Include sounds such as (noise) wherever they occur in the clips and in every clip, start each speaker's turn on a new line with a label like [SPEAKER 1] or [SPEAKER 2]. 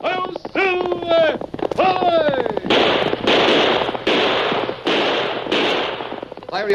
[SPEAKER 1] Oh, Silver! Hi!
[SPEAKER 2] Fiery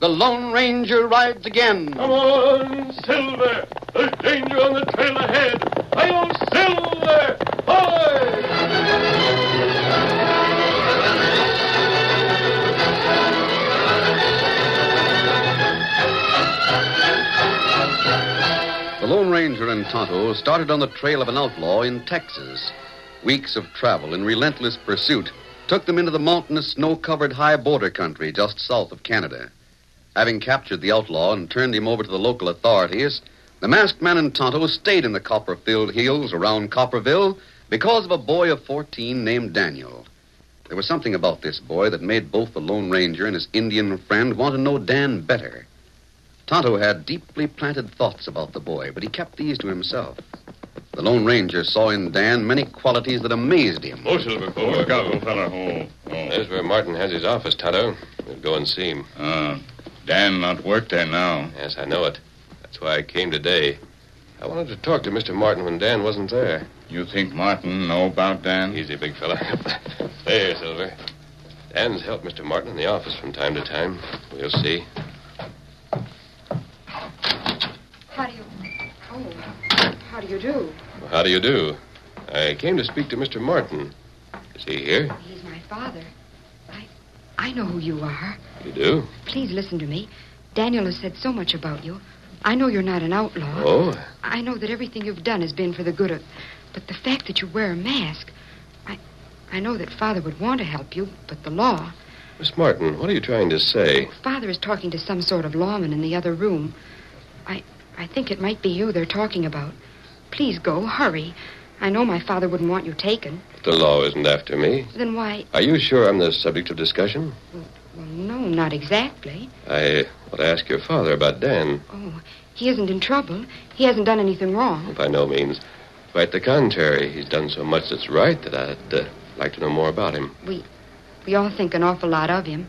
[SPEAKER 2] The Lone Ranger rides again.
[SPEAKER 1] Come on, Silver! There's danger on the trail ahead! Hi-yo, Silver! Hi!
[SPEAKER 2] The Lone Ranger and Tonto started on the trail of an outlaw in Texas. Weeks of travel and relentless pursuit took them into the mountainous, snow covered high border country just south of Canada. Having captured the outlaw and turned him over to the local authorities, the masked man and Tonto stayed in the copper filled hills around Copperville because of a boy of 14 named Daniel. There was something about this boy that made both the Lone Ranger and his Indian friend want to know Dan better. Tonto had deeply planted thoughts about the boy, but he kept these to himself. The Lone Ranger saw in Dan many qualities that amazed him.
[SPEAKER 3] Oh, Silver, go look out, old fella. Oh,
[SPEAKER 4] There's where Martin has his office, Tonto. We'll go and see him.
[SPEAKER 3] Ah, Dan not work there now.
[SPEAKER 4] Yes, I know it. That's why I came today. I wanted to talk to Mr. Martin when Dan wasn't there.
[SPEAKER 3] You think Martin know about Dan?
[SPEAKER 4] Easy, big fella. (laughs) there, Silver. Dan's helped Mr. Martin in the office from time to time. We'll see.
[SPEAKER 5] How do you. Oh, how do you do?
[SPEAKER 4] Well, how do you do? I came to speak to Mr. Martin. Is he here?
[SPEAKER 5] He's my father. I. I know who you are.
[SPEAKER 4] You do?
[SPEAKER 5] Please listen to me. Daniel has said so much about you. I know you're not an outlaw.
[SPEAKER 4] Oh,
[SPEAKER 5] I know that everything you've done has been for the good of. But the fact that you wear a mask. I. I know that father would want to help you, but the law.
[SPEAKER 4] Miss Martin, what are you trying to say?
[SPEAKER 5] Father is talking to some sort of lawman in the other room. I. I think it might be you they're talking about. Please go, hurry. I know my father wouldn't want you taken.
[SPEAKER 4] The law isn't after me.
[SPEAKER 5] Then why?
[SPEAKER 4] Are you sure I'm the subject of discussion?
[SPEAKER 5] Well, no, not exactly.
[SPEAKER 4] I want to ask your father about Dan.
[SPEAKER 5] Oh, he isn't in trouble. He hasn't done anything wrong.
[SPEAKER 4] By no means. Quite the contrary. He's done so much that's right that I'd uh, like to know more about him.
[SPEAKER 5] We all think an awful lot of him.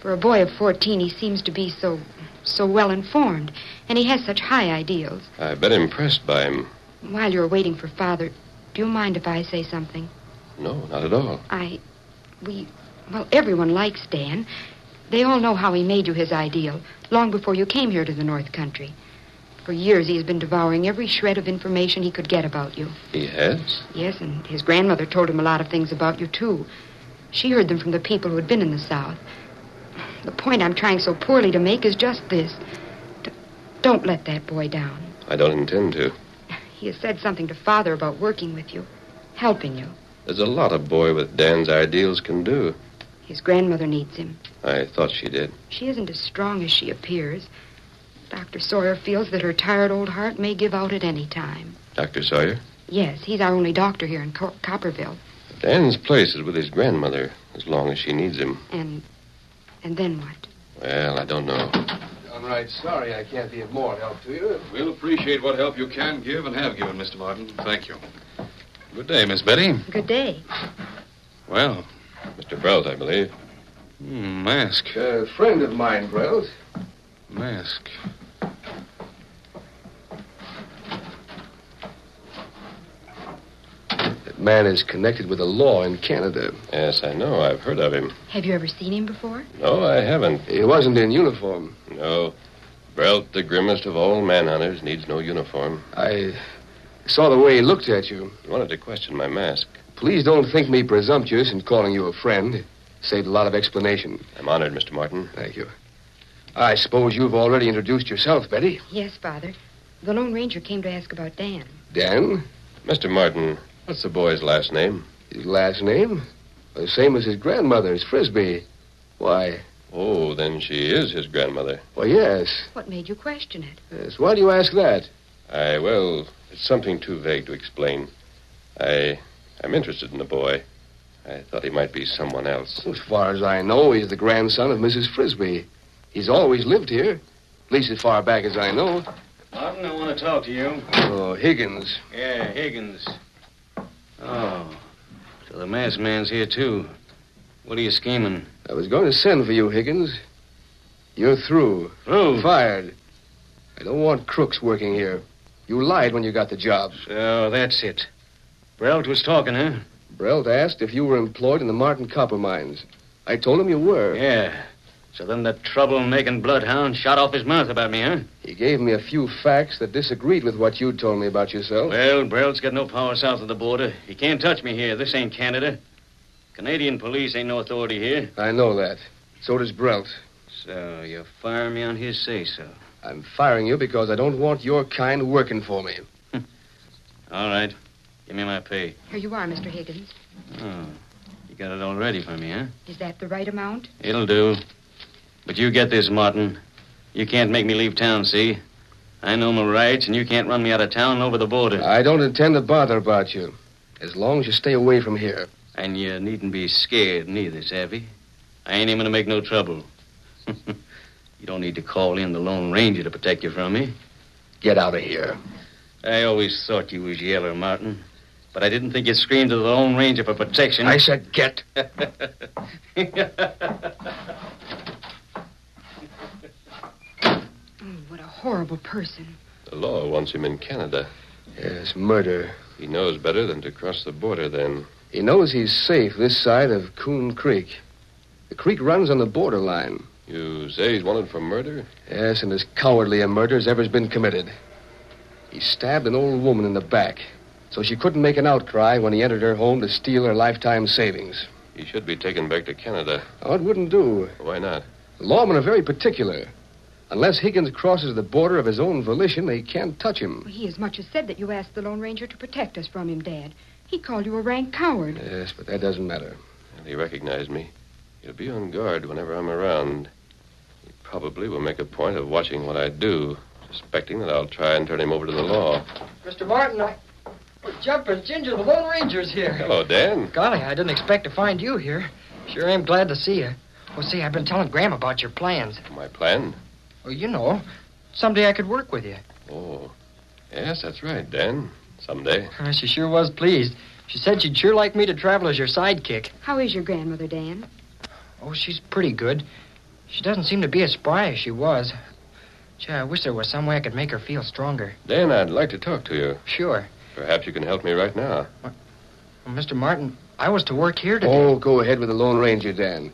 [SPEAKER 5] For a boy of 14, he seems to be so so well informed, and he has such high ideals.
[SPEAKER 4] I've been impressed by him.
[SPEAKER 5] While you're waiting for father, do you mind if I say something?
[SPEAKER 4] No, not at all.
[SPEAKER 5] I we Well, everyone likes Dan. They all know how he made you his ideal, long before you came here to the North Country. For years, he has been devouring every shred of information he could get about you.
[SPEAKER 4] He has?
[SPEAKER 5] Yes, and his grandmother told him a lot of things about you, too. She heard them from the people who had been in the South. The point I'm trying so poorly to make is just this. D- don't let that boy down.
[SPEAKER 4] I don't intend to.
[SPEAKER 5] He has said something to Father about working with you, helping you.
[SPEAKER 4] There's a lot a boy with Dan's ideals can do.
[SPEAKER 5] His grandmother needs him.
[SPEAKER 4] I thought she did.
[SPEAKER 5] She isn't as strong as she appears. Dr. Sawyer feels that her tired old heart may give out at any time.
[SPEAKER 4] Dr. Sawyer?
[SPEAKER 5] Yes, he's our only doctor here in Co- Copperville.
[SPEAKER 4] Dan's place is with his grandmother as long as she needs him.
[SPEAKER 5] And. and then what?
[SPEAKER 4] Well, I don't know.
[SPEAKER 6] I'm right sorry I can't be of more help to you.
[SPEAKER 3] We'll appreciate what help you can give and have given, Mr. Martin. Thank you. Good day, Miss Betty.
[SPEAKER 5] Good day.
[SPEAKER 3] Well,
[SPEAKER 4] Mr. Belt, I believe.
[SPEAKER 3] hmm, mask,
[SPEAKER 6] A friend of mine, Brelt.
[SPEAKER 3] mask.
[SPEAKER 6] That man is connected with the law in Canada.
[SPEAKER 4] Yes, I know. I've heard of him.
[SPEAKER 5] Have you ever seen him before?
[SPEAKER 4] No, I haven't.
[SPEAKER 6] He wasn't in uniform.
[SPEAKER 4] No. Belt, the grimmest of all manhunters, needs no uniform.
[SPEAKER 6] I saw the way he looked at you.
[SPEAKER 4] He wanted to question my mask.
[SPEAKER 6] Please don't think me presumptuous in calling you a friend. Saved a lot of explanation.
[SPEAKER 4] I'm honored, Mr. Martin.
[SPEAKER 6] Thank you. I suppose you've already introduced yourself, Betty.
[SPEAKER 5] Yes, Father. The Lone Ranger came to ask about Dan.
[SPEAKER 6] Dan,
[SPEAKER 4] Mr. Martin, what's the boy's last name?
[SPEAKER 6] his last name. The same as his grandmother's, Frisbee. Why,
[SPEAKER 4] Oh, then she is his grandmother.
[SPEAKER 6] well, yes.
[SPEAKER 5] What made you question it?
[SPEAKER 6] Yes, why do you ask that?
[SPEAKER 4] I, well, it's something too vague to explain. I, I'm interested in the boy. I thought he might be someone else.
[SPEAKER 6] As far as I know, he's the grandson of Mrs. Frisbee. He's always lived here, at least as far back as I know.
[SPEAKER 7] Martin, I want to talk to you.
[SPEAKER 6] Oh, Higgins.
[SPEAKER 7] Yeah, Higgins. Oh, so the masked man's here, too. What are you scheming?
[SPEAKER 6] I was going to send for you, Higgins. You're through.
[SPEAKER 7] Through.
[SPEAKER 6] Fired. I don't want crooks working here. You lied when you got the job.
[SPEAKER 7] So that's it. Brelt was talking, huh?
[SPEAKER 6] Brelt asked if you were employed in the Martin Copper Mines. I told him you were.
[SPEAKER 7] Yeah. So then the troublemaking bloodhound shot off his mouth about me, huh?
[SPEAKER 6] He gave me a few facts that disagreed with what you told me about yourself.
[SPEAKER 7] Well, Brelt's got no power south of the border. He can't touch me here. This ain't Canada. Canadian police ain't no authority here.
[SPEAKER 6] I know that. So does Brelt.
[SPEAKER 7] So you fire me on his say so.
[SPEAKER 6] I'm firing you because I don't want your kind working for me.
[SPEAKER 7] All right. Give me my pay.
[SPEAKER 5] Here you are, Mr. Higgins.
[SPEAKER 7] Oh. You got it all ready for me, huh?
[SPEAKER 5] Is that the right amount?
[SPEAKER 7] It'll do. But you get this, Martin. You can't make me leave town, see? I know my rights, and you can't run me out of town and over the border.
[SPEAKER 6] I don't intend to bother about you. As long as you stay away from here.
[SPEAKER 7] And you needn't be scared, neither, Savvy. I ain't even to make no trouble. (laughs) you don't need to call in the Lone Ranger to protect you from me.
[SPEAKER 6] Get out of here.
[SPEAKER 7] I always thought you was yeller, Martin. But I didn't think you screamed to the Lone Ranger for protection.
[SPEAKER 6] I said get.
[SPEAKER 5] Oh, what a horrible person.
[SPEAKER 4] The law wants him in Canada.
[SPEAKER 6] Yes, murder.
[SPEAKER 4] He knows better than to cross the border then.
[SPEAKER 6] He knows he's safe this side of Coon Creek. The creek runs on the border line.
[SPEAKER 4] You say he's wanted for murder?
[SPEAKER 6] Yes, and as cowardly a murder as ever's been committed. He stabbed an old woman in the back, so she couldn't make an outcry when he entered her home to steal her lifetime savings.
[SPEAKER 4] He should be taken back to Canada.
[SPEAKER 6] Oh, it wouldn't do.
[SPEAKER 4] Why not?
[SPEAKER 6] The lawmen are very particular. Unless Higgins crosses the border of his own volition, they can't touch him.
[SPEAKER 5] He as much as said that you asked the Lone Ranger to protect us from him, Dad. He called you a rank coward.
[SPEAKER 6] Yes, but that doesn't matter.
[SPEAKER 4] And he recognized me. He'll be on guard whenever I'm around. He probably will make a point of watching what I do, suspecting that I'll try and turn him over to the law.
[SPEAKER 8] Mr. Martin, I. Well, Jumpers, Ginger, the Lone Ranger's here.
[SPEAKER 4] Hello, Dan.
[SPEAKER 8] Golly, I didn't expect to find you here. Sure am glad to see you. Well, see, I've been telling Graham about your plans.
[SPEAKER 4] My plan?
[SPEAKER 8] Well, you know, someday I could work with you.
[SPEAKER 4] Oh. Yes, that's right, Dan. Someday.
[SPEAKER 8] Uh, She sure was pleased. She said she'd sure like me to travel as your sidekick.
[SPEAKER 5] How is your grandmother, Dan?
[SPEAKER 8] Oh, she's pretty good. She doesn't seem to be as spry as she was. Gee, I wish there was some way I could make her feel stronger.
[SPEAKER 4] Dan, I'd like to talk to you.
[SPEAKER 8] Sure.
[SPEAKER 4] Perhaps you can help me right now.
[SPEAKER 8] Well, Mr. Martin, I was to work here today.
[SPEAKER 6] Oh, go ahead with the Lone Ranger, Dan.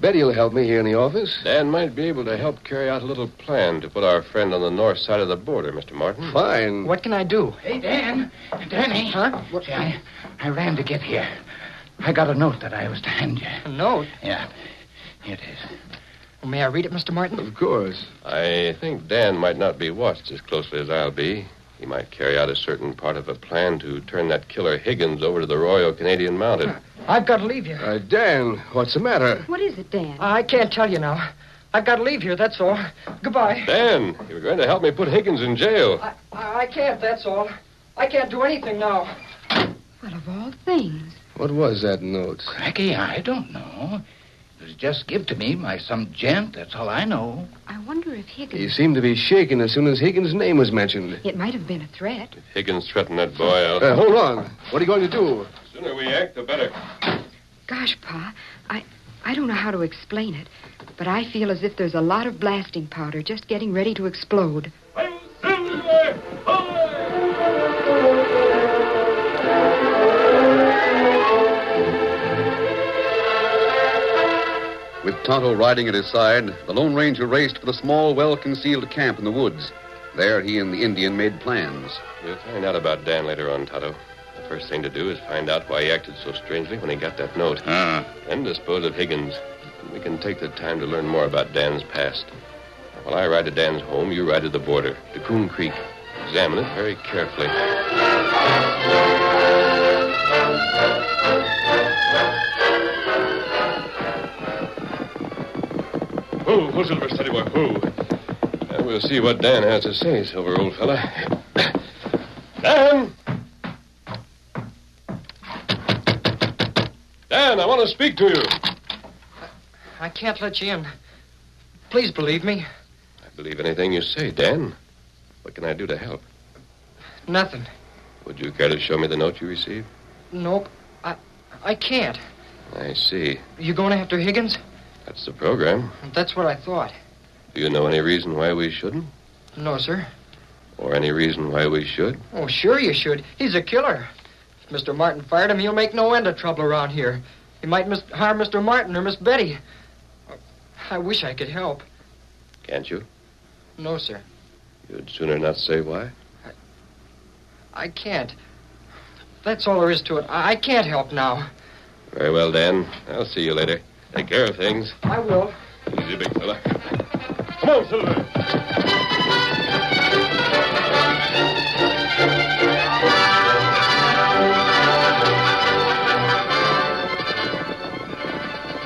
[SPEAKER 6] Betty will help me here in the office.
[SPEAKER 4] Dan might be able to help carry out a little plan to put our friend on the north side of the border, Mr. Martin.
[SPEAKER 6] Fine.
[SPEAKER 8] What can I do?
[SPEAKER 9] Hey, Dan. Danny.
[SPEAKER 8] Huh? What-
[SPEAKER 9] See, I, I ran to get here. I got a note that I was to hand you.
[SPEAKER 8] A note?
[SPEAKER 9] Yeah. Here it is.
[SPEAKER 8] May I read it, Mr. Martin?
[SPEAKER 6] Of course.
[SPEAKER 4] I think Dan might not be watched as closely as I'll be. He might carry out a certain part of a plan to turn that killer Higgins over to the Royal Canadian Mounted.
[SPEAKER 8] I've got to leave here.
[SPEAKER 6] Uh, Dan, what's the matter?
[SPEAKER 5] What is it, Dan?
[SPEAKER 8] I can't tell you now. I've got to leave here, that's all. Goodbye.
[SPEAKER 4] Dan, you were going to help me put Higgins in jail.
[SPEAKER 8] I, I I can't, that's all. I can't do anything now.
[SPEAKER 5] Well, of all things.
[SPEAKER 6] What was that note?
[SPEAKER 9] Cracky, I don't know. It was just give to me by some gent. That's all I know.
[SPEAKER 5] I wonder if
[SPEAKER 6] He
[SPEAKER 5] Higgins.
[SPEAKER 6] seemed to be shaken as soon as Higgins' name was mentioned.
[SPEAKER 5] It might have been a threat.
[SPEAKER 4] Higgins threatened that boy. I'll-
[SPEAKER 6] Uh, hold on. What are you going to do?
[SPEAKER 4] The sooner we act, the better.
[SPEAKER 5] Gosh, Pa, I, I don't know how to explain it, but I feel as if there's a lot of blasting powder just getting ready to explode.
[SPEAKER 1] I'm Silver! Holler!
[SPEAKER 2] With Tonto riding at his side, the Lone Ranger raced for the small, well concealed camp in the woods. There, he and the Indian made plans.
[SPEAKER 4] We'll find out about Dan later on, Toto. The first thing to do is find out why he acted so strangely when he got that note.
[SPEAKER 2] Ah.
[SPEAKER 4] Then dispose of Higgins. We can take the time to learn more about Dan's past. While I ride to Dan's home, you ride to the border, to Coon Creek. Examine it very carefully. Who? Who, Silver Steady Boy? Who? we'll see what Dan has to say, Silver, old fella. Dan! Dan, I want to speak to you.
[SPEAKER 8] I can't let you in. Please believe me.
[SPEAKER 4] I believe anything you say, Dan. What can I do to help?
[SPEAKER 8] Nothing.
[SPEAKER 4] Would you care to show me the note you received?
[SPEAKER 8] Nope. I I can't.
[SPEAKER 4] I see.
[SPEAKER 8] You going after Higgins?
[SPEAKER 4] That's the program.
[SPEAKER 8] That's what I thought.
[SPEAKER 4] Do you know any reason why we shouldn't?
[SPEAKER 8] No, sir.
[SPEAKER 4] Or any reason why we should?
[SPEAKER 8] Oh, sure you should. He's a killer. If Mr. Martin fired him, he'll make no end of trouble around here. He might mis- harm Mr. Martin or Miss Betty. I wish I could help.
[SPEAKER 4] Can't you?
[SPEAKER 8] No, sir.
[SPEAKER 4] You'd sooner not say why?
[SPEAKER 8] I can't. That's all there is to it. I, I can't help now.
[SPEAKER 4] Very well, Dan. I'll see you later. Take care of things.
[SPEAKER 8] I will.
[SPEAKER 4] Easy, big fella.
[SPEAKER 1] Come on, Silver!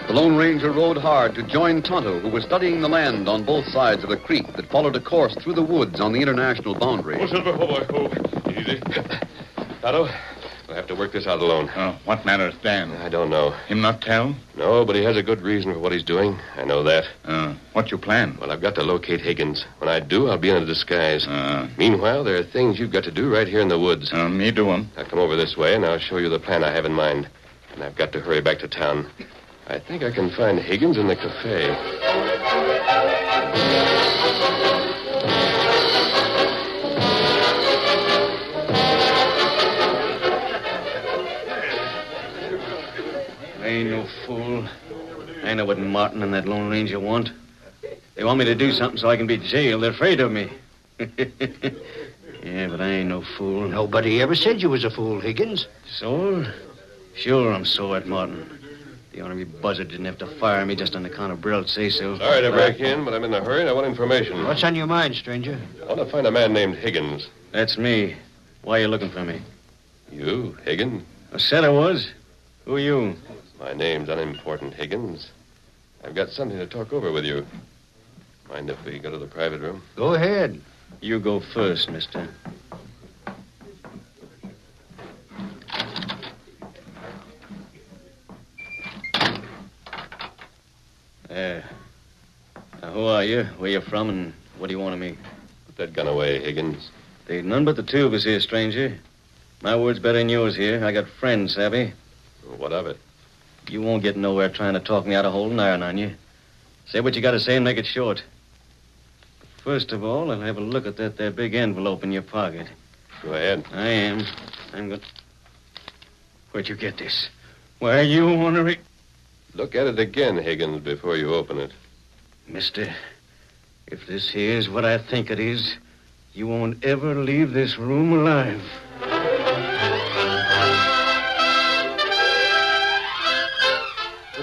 [SPEAKER 2] The Lone Ranger rode hard to join Tonto, who was studying the land on both sides of the creek that followed a course through the woods on the international boundary.
[SPEAKER 3] Oh, Silver, oh, boy, oh. Easy.
[SPEAKER 4] Tonto, we'll have to work this out alone.
[SPEAKER 9] Oh, what matters, Dan?
[SPEAKER 4] I don't know.
[SPEAKER 9] Him not tell?
[SPEAKER 4] No, but he has a good reason for what he's doing. I know that.
[SPEAKER 9] Uh, what you plan?
[SPEAKER 4] Well, I've got to locate Higgins. When I do, I'll be in a disguise.
[SPEAKER 9] Uh,
[SPEAKER 4] Meanwhile, there are things you've got to do right here in the woods.
[SPEAKER 9] uh, me do 'em.
[SPEAKER 4] Now come over this way, and I'll show you the plan I have in mind. And I've got to hurry back to town. I think I can find Higgins in the cafe.
[SPEAKER 7] I ain't no fool. I know what Martin and that Lone Ranger want. They want me to do something so I can be jailed. They're afraid of me. (laughs) yeah, but I ain't no fool.
[SPEAKER 9] Nobody ever said you was a fool, Higgins.
[SPEAKER 7] Sold? Sure, I'm sore at Martin. The honorary buzzard didn't have to fire me just on account of Brill say so.
[SPEAKER 4] Sorry to break in, but I'm in a hurry and I want information.
[SPEAKER 9] What's on your mind, stranger?
[SPEAKER 4] I want to find a man named Higgins.
[SPEAKER 7] That's me. Why are you looking for me?
[SPEAKER 4] You, Higgins?
[SPEAKER 7] I said I was. Who are you?
[SPEAKER 4] My name's unimportant, Higgins. I've got something to talk over with you. Mind if we go to the private room?
[SPEAKER 9] Go ahead.
[SPEAKER 7] You go first, mister. Uh, There. Now, who are you? Where you from, and what do you want of me?
[SPEAKER 4] Put that gun away, Higgins.
[SPEAKER 7] They none but the two of us here, stranger. My word's better than yours here. I got friends, savvy.
[SPEAKER 4] What of it?
[SPEAKER 7] You won't get nowhere trying to talk me out of holding iron on you. Say what you got to say and make it short. First of all, I'll have a look at that there big envelope in your pocket.
[SPEAKER 4] Go ahead.
[SPEAKER 7] I am. I'm going. Where'd you get this? Why, you want to. Re-
[SPEAKER 4] Look at it again, Higgins, before you open it.
[SPEAKER 7] Mister, if this here is what I think it is, you won't ever leave this room alive.
[SPEAKER 10] The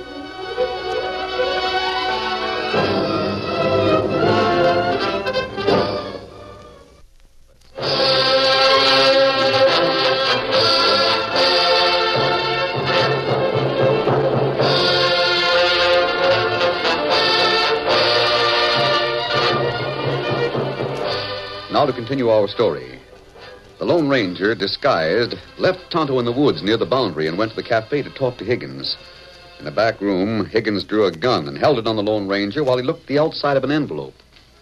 [SPEAKER 2] Now to continue our story. The Lone Ranger, disguised, left Tonto in the woods near the boundary and went to the cafe to talk to Higgins. In a back room, Higgins drew a gun and held it on the Lone Ranger while he looked the outside of an envelope.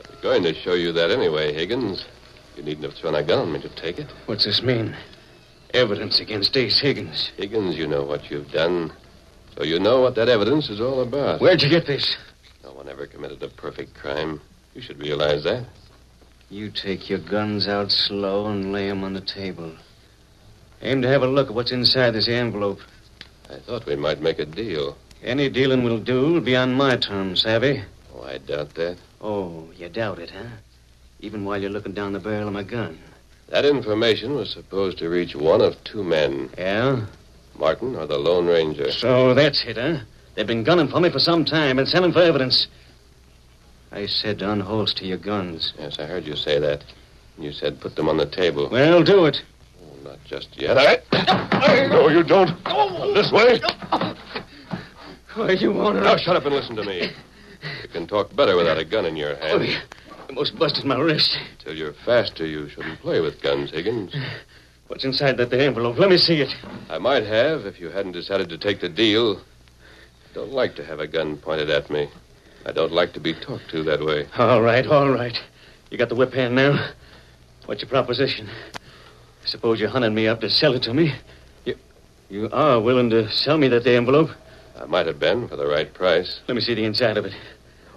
[SPEAKER 4] I'm going to show you that anyway, Higgins. You needn't have thrown a gun on me to take it.
[SPEAKER 11] What's this mean? Evidence against Ace Higgins.
[SPEAKER 4] Higgins, you know what you've done. So you know what that evidence is all about.
[SPEAKER 11] Where'd you get this?
[SPEAKER 4] No one ever committed a perfect crime. You should realize that.
[SPEAKER 7] You take your guns out slow and lay 'em on the table. Aim to have a look at what's inside this envelope.
[SPEAKER 4] I thought we might make a deal.
[SPEAKER 7] Any dealing will do will be on my terms, savvy?
[SPEAKER 4] Oh, I doubt that.
[SPEAKER 7] Oh, you doubt it, huh? Even while you're looking down the barrel of my gun.
[SPEAKER 4] That information was supposed to reach one of two men.
[SPEAKER 7] Yeah?
[SPEAKER 4] Martin or the Lone Ranger.
[SPEAKER 7] So that's it, huh? They've been gunning for me for some time, been selling for evidence. I said to unholster your guns.
[SPEAKER 4] Yes, I heard you say that. You said put them on the table.
[SPEAKER 7] Well, do it.
[SPEAKER 4] Not just yet. I... No, you don't. This way.
[SPEAKER 11] Why, you want to.
[SPEAKER 4] Now shut up and listen to me. You can talk better without a gun in your
[SPEAKER 7] Oh,
[SPEAKER 4] hand.
[SPEAKER 7] Almost busted my wrist.
[SPEAKER 4] Till you're faster, you shouldn't play with guns, Higgins.
[SPEAKER 7] What's inside that there envelope? Let me see it.
[SPEAKER 4] I might have if you hadn't decided to take the deal. Don't like to have a gun pointed at me. I don't like to be talked to that way.
[SPEAKER 7] All right, all right. You got the whip hand now. What's your proposition? Suppose you hunted me up to sell it to me. You, you are willing to sell me that there envelope?
[SPEAKER 4] I might have been for the right price.
[SPEAKER 7] Let me see the inside of it.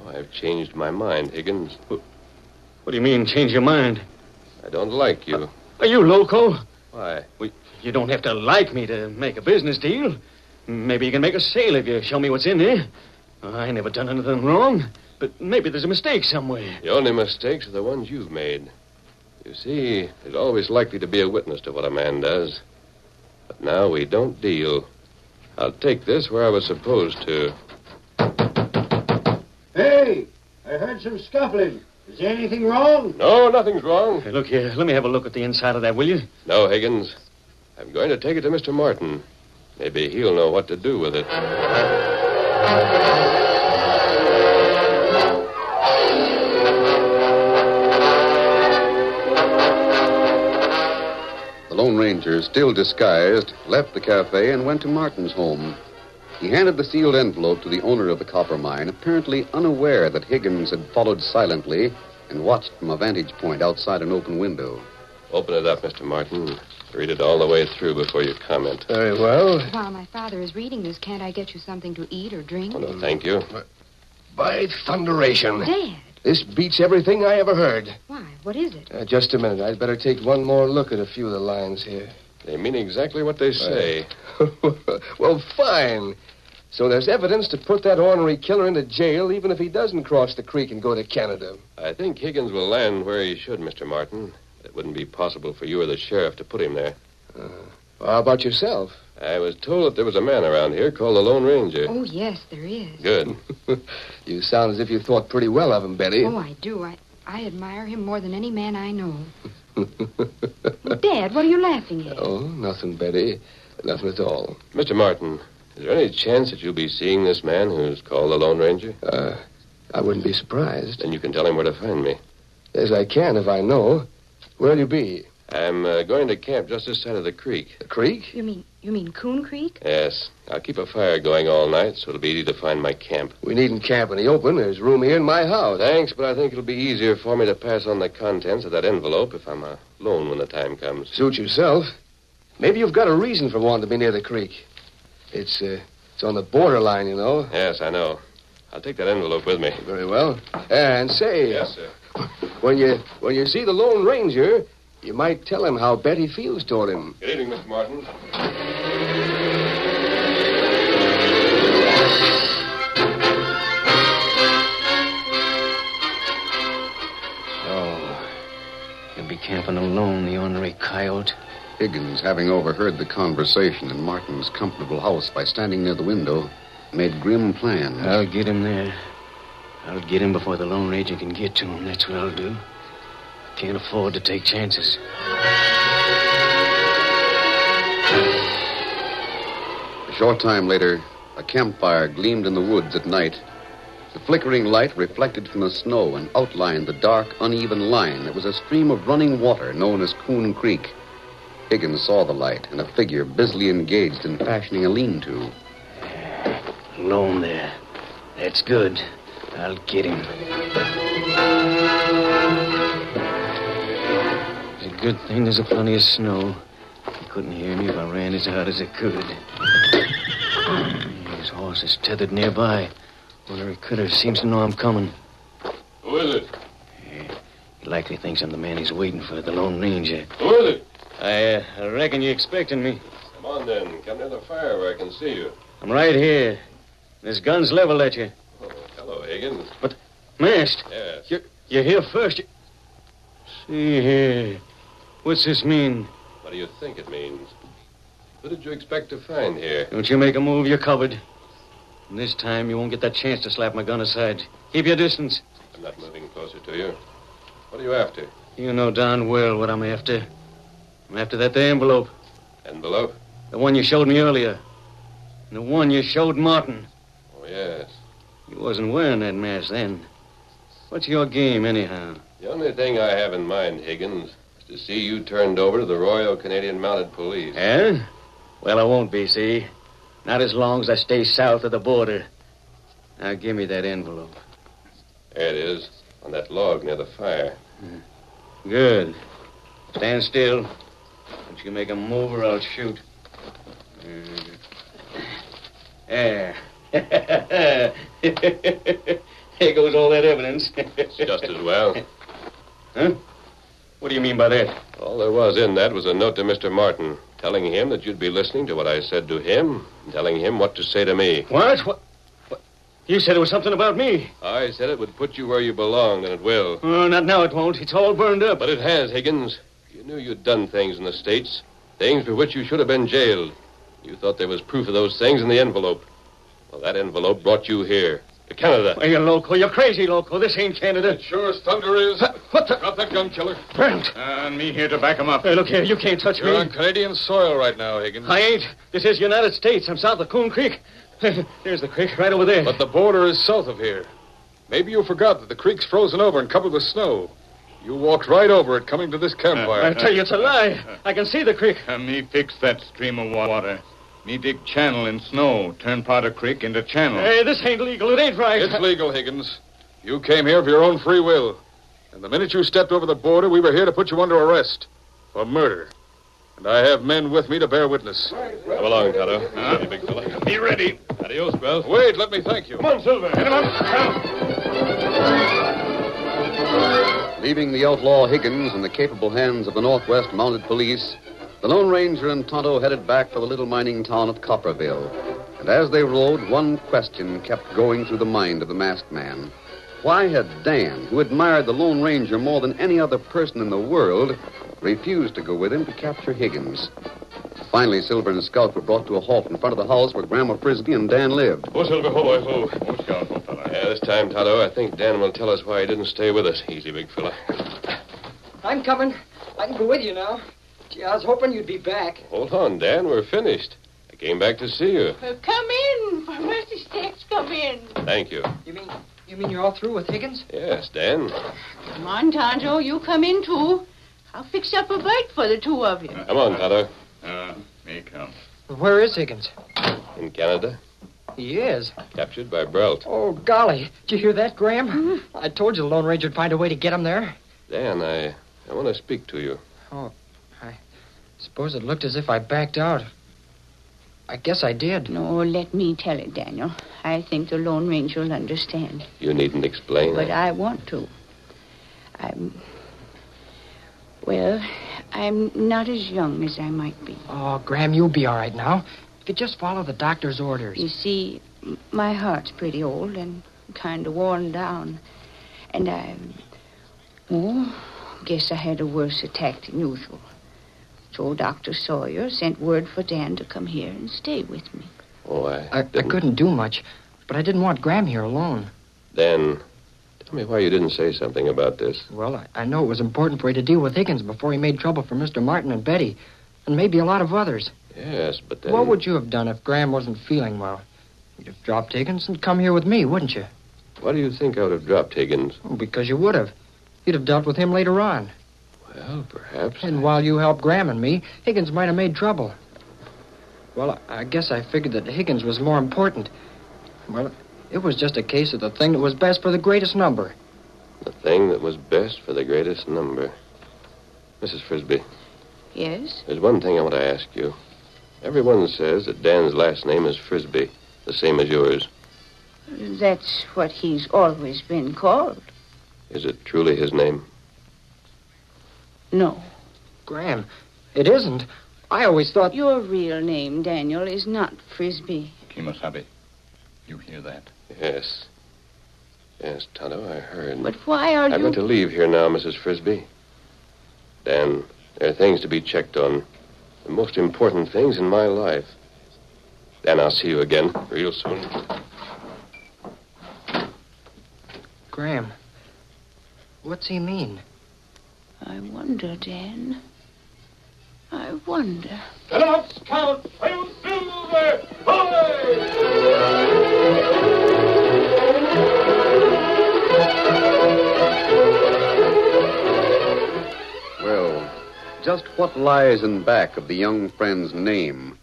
[SPEAKER 4] Oh, I've changed my mind, Higgins.
[SPEAKER 7] What do you mean, change your mind?
[SPEAKER 4] I don't like you.
[SPEAKER 7] Are you loco?
[SPEAKER 4] Why?
[SPEAKER 7] You don't have to like me to make a business deal. Maybe you can make a sale if you show me what's in there. I never done anything wrong, but maybe there's a mistake somewhere.
[SPEAKER 4] The only mistakes are the ones you've made. You see, there's always likely to be a witness to what a man does. But now we don't deal. I'll take this where I was supposed to.
[SPEAKER 12] Hey, I heard some scuffling. Is there anything wrong?
[SPEAKER 4] No, nothing's wrong.
[SPEAKER 7] Hey, look here. Let me have a look at the inside of that, will you?
[SPEAKER 4] No, Higgins. I'm going to take it to Mr. Martin. Maybe he'll know what to do with it.
[SPEAKER 2] The Lone Ranger, still disguised, left the cafe and went to Martin's home. He handed the sealed envelope to the owner of the copper mine, apparently unaware that Higgins had followed silently and watched from a vantage point outside an open window.
[SPEAKER 4] Open it up, Mr. Martin. Read it all the way through before you comment.
[SPEAKER 6] Very well.
[SPEAKER 5] While my father is reading this, can't I get you something to eat or drink?
[SPEAKER 4] No, thank you.
[SPEAKER 6] By thunderation.
[SPEAKER 5] Dad,
[SPEAKER 6] This beats everything I ever heard.
[SPEAKER 5] why? What is it?
[SPEAKER 6] Uh, just a minute. I'd better take one more look at a few of the lines here. (laughs)
[SPEAKER 4] They mean exactly what they say.
[SPEAKER 6] well, fine. So there's evidence to put that ornery killer into jail, even if he doesn't cross the creek and go to Canada.
[SPEAKER 4] I think Higgins will land where he should, Mr. Martin. It wouldn't be possible for you or the sheriff to put him there.
[SPEAKER 6] How about yourself?
[SPEAKER 4] I was told that there was a man around here called the Lone Ranger.
[SPEAKER 5] Oh, yes, there is.
[SPEAKER 4] Good.
[SPEAKER 6] you sound as if you thought pretty well of him, Betty. (laughs)
[SPEAKER 5] Oh, I do. I, I admire him more than any man I know. Dad, what are you laughing at?
[SPEAKER 6] Oh, nothing, Betty. Nothing at all.
[SPEAKER 4] Mr. Martin, is there any chance that you'll be seeing this man who's called the Lone Ranger?
[SPEAKER 6] Uh, I wouldn't be surprised.
[SPEAKER 4] Then you can tell him where to find me.
[SPEAKER 6] Yes, I can if I know. Where'll you be?
[SPEAKER 4] I'm uh, going to camp just this side of the creek.
[SPEAKER 6] The creek?
[SPEAKER 5] You mean you mean Coon Creek?
[SPEAKER 4] Yes. I'll keep a fire going all night, so it'll be easy to find my camp. Oh,
[SPEAKER 6] We needn't camp in the open. There's room here in my house.
[SPEAKER 4] Thanks, but I think it'll be easier for me to pass on the contents of that envelope if I'm alone when the time comes.
[SPEAKER 6] Suit yourself. Maybe you've got a reason for wanting to be near the creek. It's uh, it's on the borderline, you know.
[SPEAKER 4] Yes, I know. I'll take that envelope with me.
[SPEAKER 6] Very well. And say,
[SPEAKER 4] Yes, sir.
[SPEAKER 6] When you when you see the Lone Ranger, you might tell him how Betty feels toward him.
[SPEAKER 4] Good evening, Mr. Martin.
[SPEAKER 7] So, Oh, you'll be camping alone, the ornery coyote.
[SPEAKER 2] Higgins, having overheard the conversation in Martin's comfortable house by standing near the window, made grim plans.
[SPEAKER 7] I'll get him there. I'll get him before the Lone Ranger can get to him. That's what I'll do. I can't afford to take chances.
[SPEAKER 2] A short time later, a campfire gleamed in the woods at night. The flickering light reflected from the snow and outlined the dark, uneven line that was a stream of running water known as Coon Creek. Higgins saw the light and a figure busily engaged in fashioning a lean to.
[SPEAKER 7] Alone there. That's good. I'll get him. It's a good thing there's a plenty of snow. He couldn't hear me if I ran as hard as I could. His horse is tethered nearby. Ornery critter seems to know I'm coming.
[SPEAKER 13] Who is it?
[SPEAKER 7] He likely thinks I'm the man he's waiting for, the Lone Ranger.
[SPEAKER 4] Who is it?
[SPEAKER 7] I, uh, I reckon you're expecting me.
[SPEAKER 4] Come on, then. Come near the fire where I can see you.
[SPEAKER 7] I'm right here. This gun's leveled at you.
[SPEAKER 4] Oh, Hello, Higgins.
[SPEAKER 7] But, missed.
[SPEAKER 4] Yeah.
[SPEAKER 7] You're, you're here first. You- See here. What's this mean?
[SPEAKER 4] What do you think it means? What did you expect to find here?
[SPEAKER 7] Don't you make a move, you're covered. And this time you won't get that chance to slap my gun aside. Keep your distance.
[SPEAKER 4] I'm not moving closer to you. What are you after?
[SPEAKER 7] You know darn well what I'm after. I'm after that there envelope.
[SPEAKER 4] Envelope?
[SPEAKER 7] The one you showed me earlier. And the one you showed Martin.
[SPEAKER 4] Oh, yes.
[SPEAKER 7] You wasn't wearing that mask then. What's your game, anyhow?
[SPEAKER 4] The only thing I have in mind, Higgins, is to see you turned over to the Royal Canadian Mounted Police.
[SPEAKER 7] Eh? Well, I won't be, see? Not as long as I stay south of the border. Now, give me that envelope.
[SPEAKER 4] There it is, on that log near the fire.
[SPEAKER 7] Good. Stand still. Don't you make a move or I'll shoot. Mm. There. (laughs) there goes all that evidence. (laughs)
[SPEAKER 4] Just as well.
[SPEAKER 7] Huh? What do you mean by that?
[SPEAKER 4] All there was in that was a note to Mr. Martin, telling him that you'd be listening to what I said to him, and telling him what to say to me.
[SPEAKER 7] What? What? You said it was something about me.
[SPEAKER 4] I said it would put you where you belonged, and it will.
[SPEAKER 7] Oh, not now, it won't. It's all burned up.
[SPEAKER 4] But it has, Higgins. You knew you'd done things in the States, things for which you should have been jailed. You thought there was proof of those things in the envelope. Well, that envelope brought you here, to Canada.
[SPEAKER 7] Why, you're loco. You're crazy, loco. This ain't Canada.
[SPEAKER 13] Sure as thunder is. What the? Drop that gun, killer.
[SPEAKER 7] Brent!
[SPEAKER 3] Uh,
[SPEAKER 13] And me here to back him up.
[SPEAKER 7] Hey, look here. You can't touch
[SPEAKER 13] You're
[SPEAKER 7] me.
[SPEAKER 13] on Canadian soil right now, Higgins.
[SPEAKER 7] I ain't. This is United States. I'm south of Coon Creek. (laughs) There's the creek right over there.
[SPEAKER 13] But the border is south of here. Maybe you forgot that the creek's frozen over and covered with snow. You walked right over it coming to this campfire.
[SPEAKER 7] I tell you, it's a lie. I can see the creek.
[SPEAKER 3] Uh, me fix that stream of wa- water. Me dig channel in snow. Turn part of creek into channel.
[SPEAKER 7] Hey, this ain't legal. It ain't right.
[SPEAKER 13] It's legal, Higgins. You came here of your own free will. And the minute you stepped over the border, we were here to put you under arrest for murder. And I have men with me to bear witness.
[SPEAKER 4] Come along, Tonto. You big fella.
[SPEAKER 13] Be ready.
[SPEAKER 4] Adios, Ralph.
[SPEAKER 13] Wait, let me thank you. Come on, Silver.
[SPEAKER 2] Leaving the outlaw Higgins in the capable hands of the Northwest Mounted Police, the Lone Ranger and Tonto headed back for the little mining town of Copperville. And as they rode, one question kept going through the mind of the masked man. Why had Dan, who admired the Lone Ranger more than any other person in the world, refused to go with him to capture Higgins? Finally, Silver and Scout were brought to a halt in front of the house where Grandma Frisbee and Dan lived.
[SPEAKER 4] Ho, Oh, Silver, ho, boy, ho. Yeah, this time, Tonto, I think Dan will tell us why he didn't stay with us. Easy, big fella.
[SPEAKER 8] I'm coming. I can go with you now. Gee, I was hoping you'd be back.
[SPEAKER 4] Hold on, Dan. We're finished. I came back to see you.
[SPEAKER 5] Well, come in. For mercy's sakes, come in.
[SPEAKER 4] Thank you.
[SPEAKER 8] You mean you're all through with Higgins?
[SPEAKER 4] Yes, Dan.
[SPEAKER 5] Come on, Tonto. You come in, too. I'll fix up a bite for the two of you.
[SPEAKER 4] Come on, Tonto.
[SPEAKER 3] Uh, me come.
[SPEAKER 8] Where is Higgins?
[SPEAKER 4] In Canada,
[SPEAKER 8] He is.
[SPEAKER 4] captured by Brelt.
[SPEAKER 8] Oh, golly. Did you hear that, Graham? I told you the Lone Ranger'd find a way to get him there.
[SPEAKER 4] Dan, I, I want to speak to you.
[SPEAKER 8] Suppose it looked as if I backed out. I guess I did.
[SPEAKER 5] No, let me tell it, Daniel. I think the Lone Ranger will understand.
[SPEAKER 4] You needn't explain.
[SPEAKER 5] But I want to. I'm. Well, I'm not as young as I might be.
[SPEAKER 8] Oh, Graham, you'll be all right now. If you just follow the doctor's orders.
[SPEAKER 5] You see, m- my heart's pretty old and kind of worn down. And I. Oh, guess I had a worse attack than usual. So Dr. Sawyer sent word for Dan to come here and stay with me.
[SPEAKER 4] Oh, I.
[SPEAKER 8] I, I couldn't do much, but I didn't want Graham here alone.
[SPEAKER 4] Dan, tell me why you didn't say something about this.
[SPEAKER 8] Well, I, I know it was important for you to deal with Higgins before he made trouble for Mr. Martin and Betty, and maybe a lot of others.
[SPEAKER 4] Yes, but then.
[SPEAKER 8] What would you have done if Graham wasn't feeling well? You'd have dropped Higgins and come here with me, wouldn't you?
[SPEAKER 4] Why do you think I would have dropped Higgins?
[SPEAKER 8] Well, Because you would have. You'd have dealt with him later on.
[SPEAKER 4] Well, perhaps.
[SPEAKER 8] And while you helped Graham and me, Higgins might have made trouble. Well, I I guess I figured that Higgins was more important. Well, it was just a case of the thing that was best for the greatest number.
[SPEAKER 4] The thing that was best for the greatest number. Mrs. Frisbee,
[SPEAKER 5] Yes?
[SPEAKER 4] there's one thing I want to ask you. Everyone says that Dan's last name is Frisbee, the same as yours.
[SPEAKER 5] That's what he's always been called.
[SPEAKER 4] Is it truly his name?
[SPEAKER 5] No.
[SPEAKER 8] Graham, it isn't. I always thought.
[SPEAKER 5] Your real name, Daniel, is not Frisbee.
[SPEAKER 4] Kimasabi. You hear that? Yes. Yes, Tonto, I heard.
[SPEAKER 5] But why are
[SPEAKER 4] I've
[SPEAKER 5] you.
[SPEAKER 4] got to leave here now, Mrs. Frisbee. Dan, there are things to be checked on. The most important things in my life. Dan, I'll see you again real soon.
[SPEAKER 8] Graham, what's he mean?
[SPEAKER 5] I wonder, Dan. I wonder.
[SPEAKER 14] Let's count. I'll silver. Away!
[SPEAKER 2] Well, just what lies in back of the young friend's name?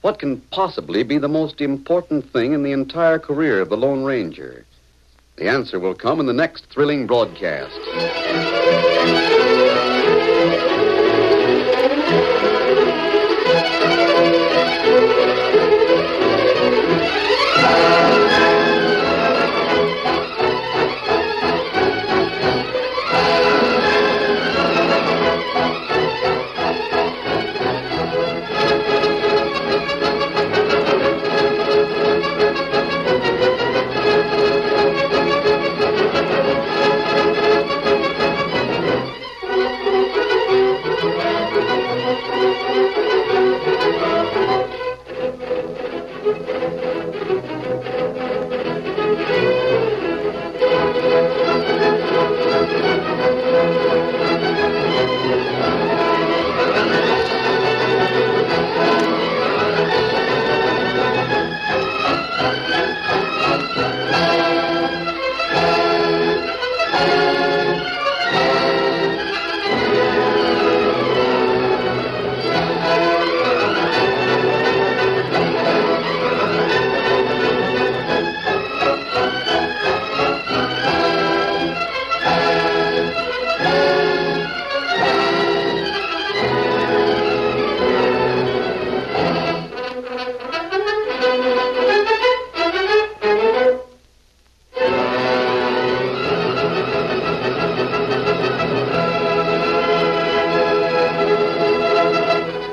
[SPEAKER 2] What can possibly be the most important thing in the entire career of the Lone Ranger? The answer will come in the next thrilling broadcast.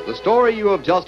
[SPEAKER 2] The story you have just